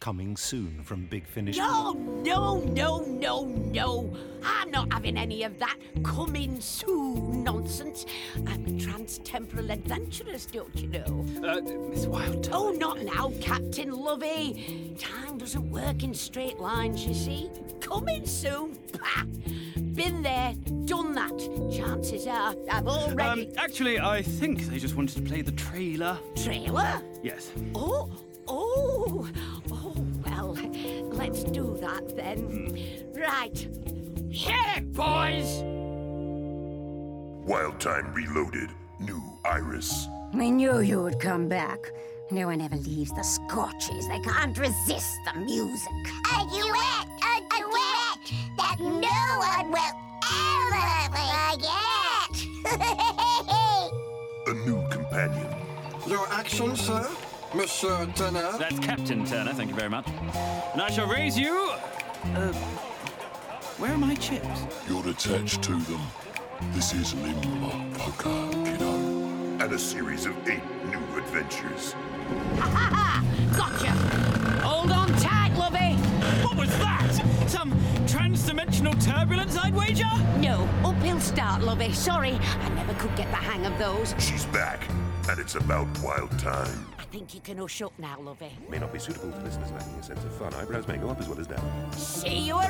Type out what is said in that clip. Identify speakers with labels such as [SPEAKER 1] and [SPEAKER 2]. [SPEAKER 1] Coming soon from Big Finish.
[SPEAKER 2] No, no, no, no, no. I'm not having any of that coming soon nonsense. I'm a trans-temporal adventuress, don't you know?
[SPEAKER 3] Uh, Miss Wilder.
[SPEAKER 2] Oh, not now, Captain Lovey. Time doesn't work in straight lines, you see. Coming soon. Pah! Been there, done that. Chances are I've already.
[SPEAKER 3] Um, actually, I think they just wanted to play the trailer.
[SPEAKER 2] Trailer?
[SPEAKER 3] Yes.
[SPEAKER 2] Oh, oh, oh, well, let's do that then. Right. Hit it, boys!
[SPEAKER 4] Wild Time Reloaded, new Iris.
[SPEAKER 5] We knew you would come back. No one ever leaves the scorches. They can't resist the music.
[SPEAKER 6] A duet, a duet that no one will ever forget.
[SPEAKER 4] A new companion.
[SPEAKER 7] Your action, sir? Monsieur Turner?
[SPEAKER 3] That's Captain Turner, thank you very much. And I shall raise you. Uh, where are my chips?
[SPEAKER 4] You're attached to them. This is Limba Poker, kiddo. And a series of eight new adventures.
[SPEAKER 2] Ha ha! Gotcha! Hold on tight, Lovey!
[SPEAKER 3] What was that? Some trans-dimensional turbulence, I'd wager?
[SPEAKER 2] No, uphill start, Lovey. Sorry, I never could get the hang of those.
[SPEAKER 4] She's back, and it's about Wild Time.
[SPEAKER 2] I think you can hush up now, Lovey.
[SPEAKER 8] May not be suitable for listeners lacking a sense of fun. Eyebrows may go up as well as down.
[SPEAKER 2] See you around!